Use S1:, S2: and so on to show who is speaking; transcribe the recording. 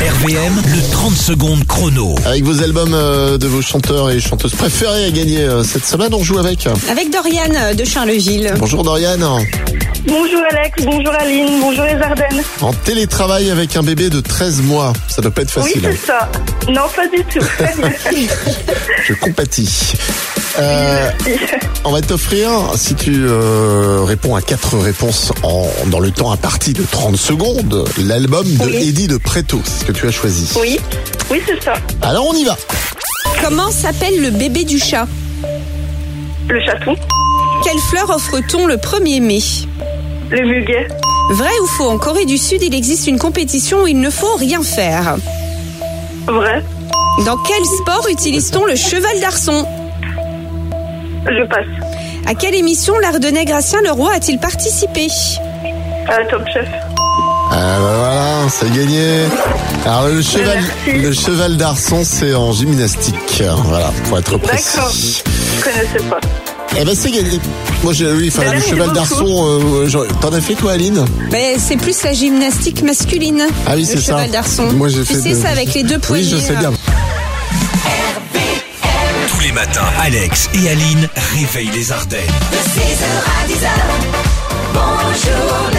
S1: RVM, le 30 secondes chrono.
S2: Avec vos albums euh, de vos chanteurs et chanteuses préférés à gagner euh, cette semaine, on joue avec.
S3: Avec Doriane euh, de Charleville.
S2: Bonjour Doriane.
S4: Bonjour Alex, bonjour Aline, bonjour les Ardennes.
S2: En télétravail avec un bébé de 13 mois, ça doit pas être
S4: Oui,
S2: facile. hein.
S4: c'est ça. Non, pas du tout.
S2: Je compatis. Euh, on va t'offrir, si tu euh, réponds à quatre réponses en, dans le temps à partie de 30 secondes, l'album de
S4: Oui.
S2: Eddie de Preto, c'est ce que tu as choisi.
S4: oui, oui, c'est ça.
S2: Alors on y va.
S3: Comment s'appelle le bébé du chat
S4: Le chaton,
S3: Quelle fleur offre-t-on le 1er mai
S4: le muguet,
S3: Vrai ou faux, en Corée du Sud, il existe une compétition où il ne faut rien faire.
S4: vrai,
S3: Dans quel sport utilise-t-on le cheval d'arçon
S4: je passe.
S3: À quelle émission l'Ardennais Gracien Leroy a-t-il participé
S4: Euh, top chef.
S2: Ah bah voilà, c'est gagné. Alors
S3: Bah,
S2: le cheval,
S4: Merci.
S2: le cheval d'arçon, c'est en gymnastique. Voilà, pour être
S4: D'accord.
S2: précis.
S4: Je connaissais pas.
S2: Eh ben c'est gagné. Moi j'ai oui,
S3: Bah,
S2: enfin le
S4: Merci
S2: cheval
S4: beaucoup.
S2: d'arçon. euh, j'aurais- T'en as fait toi, Aline
S3: Mais Ben, c'est plus la gymnastique masculine.
S2: Ah oui,
S3: Le
S2: c'est ça.
S3: cheval d'arçon.
S2: Moi j'ai
S3: tu
S2: fait.
S3: sais
S2: de-
S3: ça avec les deux poignets. hein. euh,
S2: Oui, je sais
S3: là.
S2: bien.
S1: Tous les matins, Alex et Aline réveillent les Ardennes.
S5: De 6h à 10h, bonjour